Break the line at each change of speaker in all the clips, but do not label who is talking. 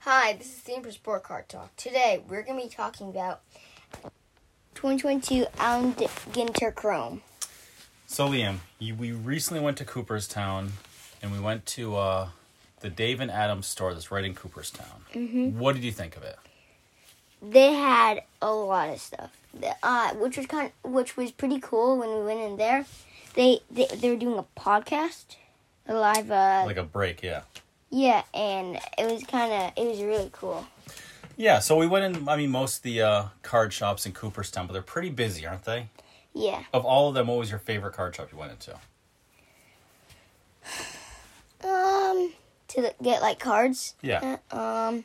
Hi, this is Sam for Sport Car Talk. Today, we're going to be talking about 2022 Alan D- Ginter Chrome.
So Liam, you, we recently went to Cooperstown, and we went to uh, the Dave and Adams store that's right in Cooperstown. What did you think of it?
They had a lot of stuff, The- uh, which was kind, which was pretty cool when we went in there. They they, they were doing a podcast, a live, uh,
Like a break, yeah.
yeah, and it was kind of it was really cool.
Yeah, so we went in. I mean, most of the uh, card shops in Cooperstown, but they're pretty busy, aren't they?
Yeah,
Of all of them, what was your favorite card shop you went into?
um, to the, get like cards.
Yeah.
Uh, um,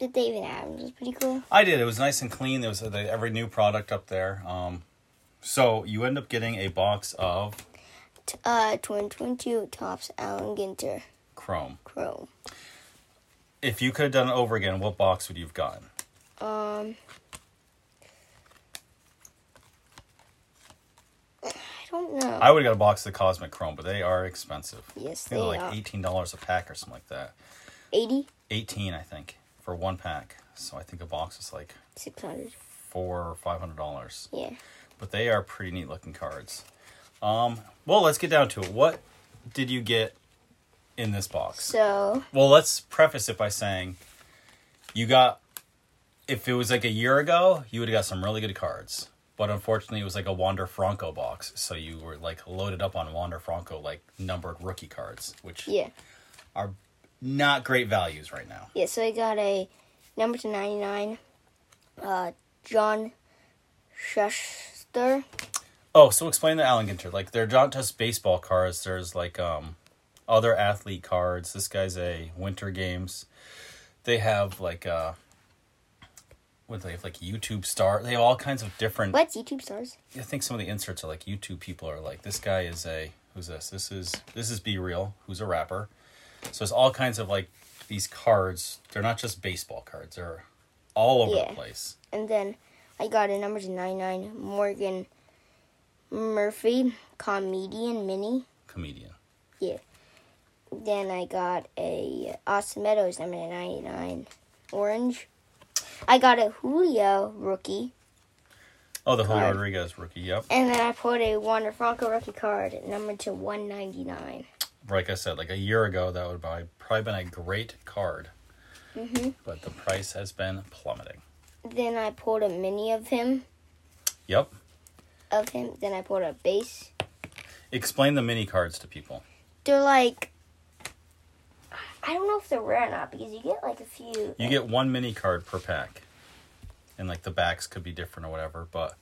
the David Adams was pretty cool.
I did. It was nice and clean. There was uh, the, every new product up there. Um, so you end up getting a box of
T- uh, 2022 tops Alan Ginter
Chrome.
Chrome.
If you could have done it over again, what box would you have gotten?
Um, I don't know.
I would have got a box of the Cosmic Chrome, but they are expensive.
yes,
I
they
think they're like
are.
eighteen dollars a pack or something like that.
80,
Eighteen, I think, for one pack. So I think a box is like
600.
four or five hundred dollars.
Yeah.
But they are pretty neat looking cards. Um, well, let's get down to it. What did you get in this box?
So,
well, let's preface it by saying you got. If it was like a year ago, you would have got some really good cards. But unfortunately, it was like a Wander Franco box, so you were like loaded up on Wander Franco like numbered rookie cards, which
yeah.
are not great values right now.
Yeah, so I got a number to 99, uh, John Schuster.
Oh, so explain the Allen Ginter. Like they're not just baseball cards. There's like um other athlete cards. This guy's a Winter Games. They have like uh what do they have like YouTube star. They have all kinds of different.
What's YouTube stars?
I think some of the inserts are like YouTube people are like this guy is a who's this this is this is Be Real who's a rapper. So it's all kinds of like these cards. They're not just baseball cards. They're all over
Yeah.
the place.
And then I got a number to 99, Morgan Murphy, comedian mini.
Comedian.
Yeah. Then I got a Austin Meadows number to 99, orange. I got a Julio rookie.
Oh, the Julio
Card.
Rodriguez rookie. Yep.
And then I pulled a Wander Franco rookie card, number to 199.
like I said, like a year ago, that would probably probably been a great card.
Mm-hmm.
But the price has been plummeting.
Then I pulled a mini of him,
Yep.
of him. Then I pulled a base.
Explain the mini cards to people.
They're like, I don't know if they're rare or not because you get like a few.
You get one mini card per pack, and like the backs could be different or whatever. But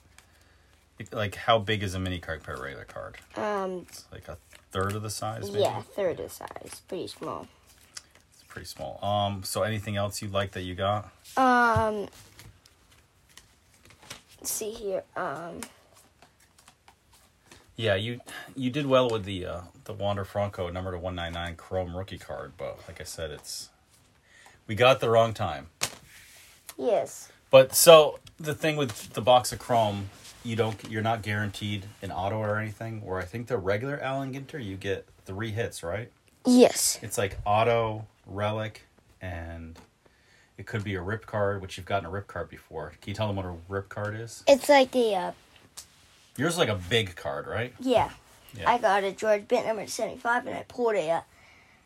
like, how big is a mini card per regular card?
um,
It's like a third of the size. Maybe?
yeah, third of size, pretty small.
It's pretty small. Um. So anything else you like that you got?
Um, let's see here. Um,
Yeah, you you did well with the uh, the Wander Franco number to one nine nine Chrome rookie card, but like I said, it's we got the wrong time.
yes,
But so the thing with the box of Chrome, you don't you're not guaranteed an auto or anything. Where I think the regular Allen Ginter, you get three hits, right?
yes,
It's like auto, relic, and it could be a rip card, which you've gotten a rip card before. Can you tell them what a rip card is?
it's like a uh,
Yours is like a big card, right?
yeah.
Yeah.
I got a George Bent number seventy five, and I pulled a uh,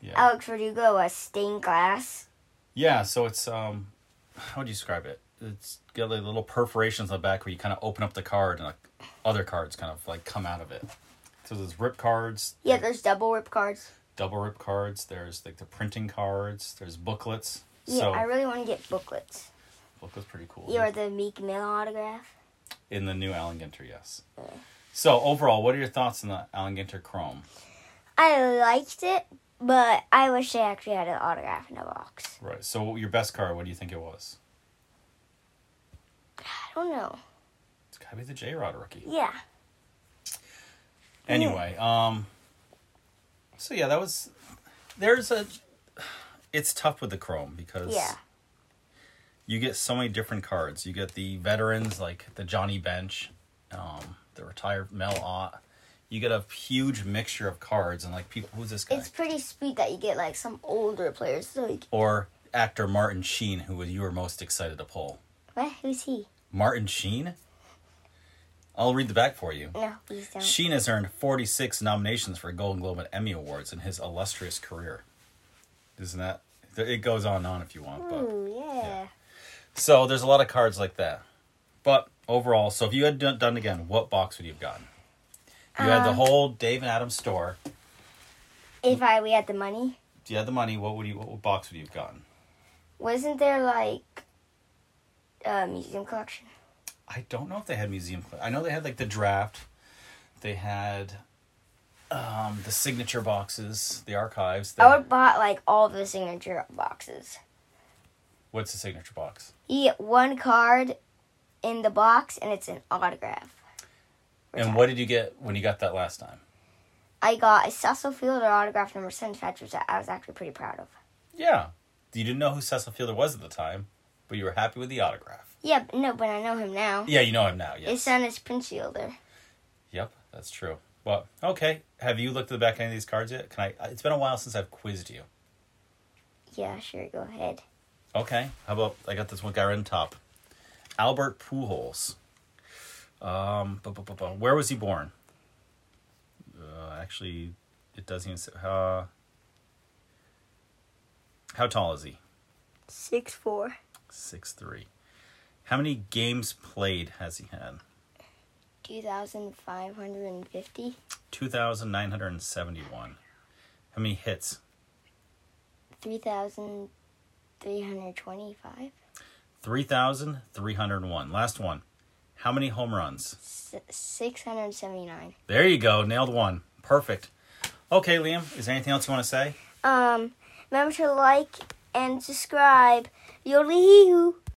Yeah.
Alex Verdugo a stained glass.
Yeah, so it's um, how would you describe it? It's got like little perforations on the back where you kind of open up the card and like other cards kind of like come out of it. So there's rip cards.
Yeah, there's double rip cards.
double rip cards. There's like the printing cards. There's booklets.
Yeah,
so
I really want to get booklets.
booklets pretty cool.
You are the Meek Mill autograph.
in the new Allen Ginter, yes. So overall, what are your thoughts on the Allen Ginter Chrome?
I liked it, but I wish they actually had an autograph in a box.
Right. So your best card, what do you think it was?
I don't know.
It's gotta be the J Rod rookie.
Yeah.
Anyway, um, so yeah, that was. There's a. It's tough with the Chrome because.
Yeah.
You get so many different cards. You get the veterans like the Johnny Bench, um, the retired Mel Ott. you get a huge mixture of cards and like people. Who's this guy?
It's pretty sweet that you get like some older players. So you,
or actor Martin Sheen, who you were most excited to pull.
what? Who's he?
Martin Sheen. I'll read the back for you.
No, he's down.
Sheen has earned 46 nominations for Golden Globe and Emmy Awards in his illustrious career. Isn't that? It goes on and on if you want. But.
Ooh, yeah.
So there's a lot of cards like that. But overall, so if you had done, done again, what box would you have gotten? You had
Um,
the whole Dave and Adam store.
If I we had the money,
If you had the money, what would you? What box would you have gotten?
wasn't there like a museum collection?
I don't know if they had museum. cl- I know they had like the draft. They had um, the signature boxes, the archives. They,
I would have bought like all the signature boxes.
what's the signature box?
You get one card in the box, and it's an autograph.
And what did you get when you got that last time?
I got a Cecil Fielder autograph number seventy-five, which I was actually pretty proud of.
Yeah, you didn't know who Cecil Fielder was at the time, but you were happy with the autograph.
Yeah, but no, but I know him now.
Yeah, you know him now. Yes.
His son is Prince Fielder.
Yep, that's true. Well, okay. Have you looked at the back end of these cards yet? Can I? It's been a while since I've quizzed you.
Yeah, sure, go ahead.
Okay. How about I got this one guy right on top, Albert Pujols. Um, bu- bu- bu- bu- where was he born? Uh, actually, it doesn't even say. Uh, how tall is he?
Six four.
Six three. How many games played has he had?
2,550.
Two thousand nine hundred and seventy-one. How many hits?
3,325.
3,301. Last one. How many home runs?
S- 679.
There you go. Nailed one. Perfect. Okay, Liam, is there anything else you want to say?
Um, remember to like and subscribe. Yodely hee hoo.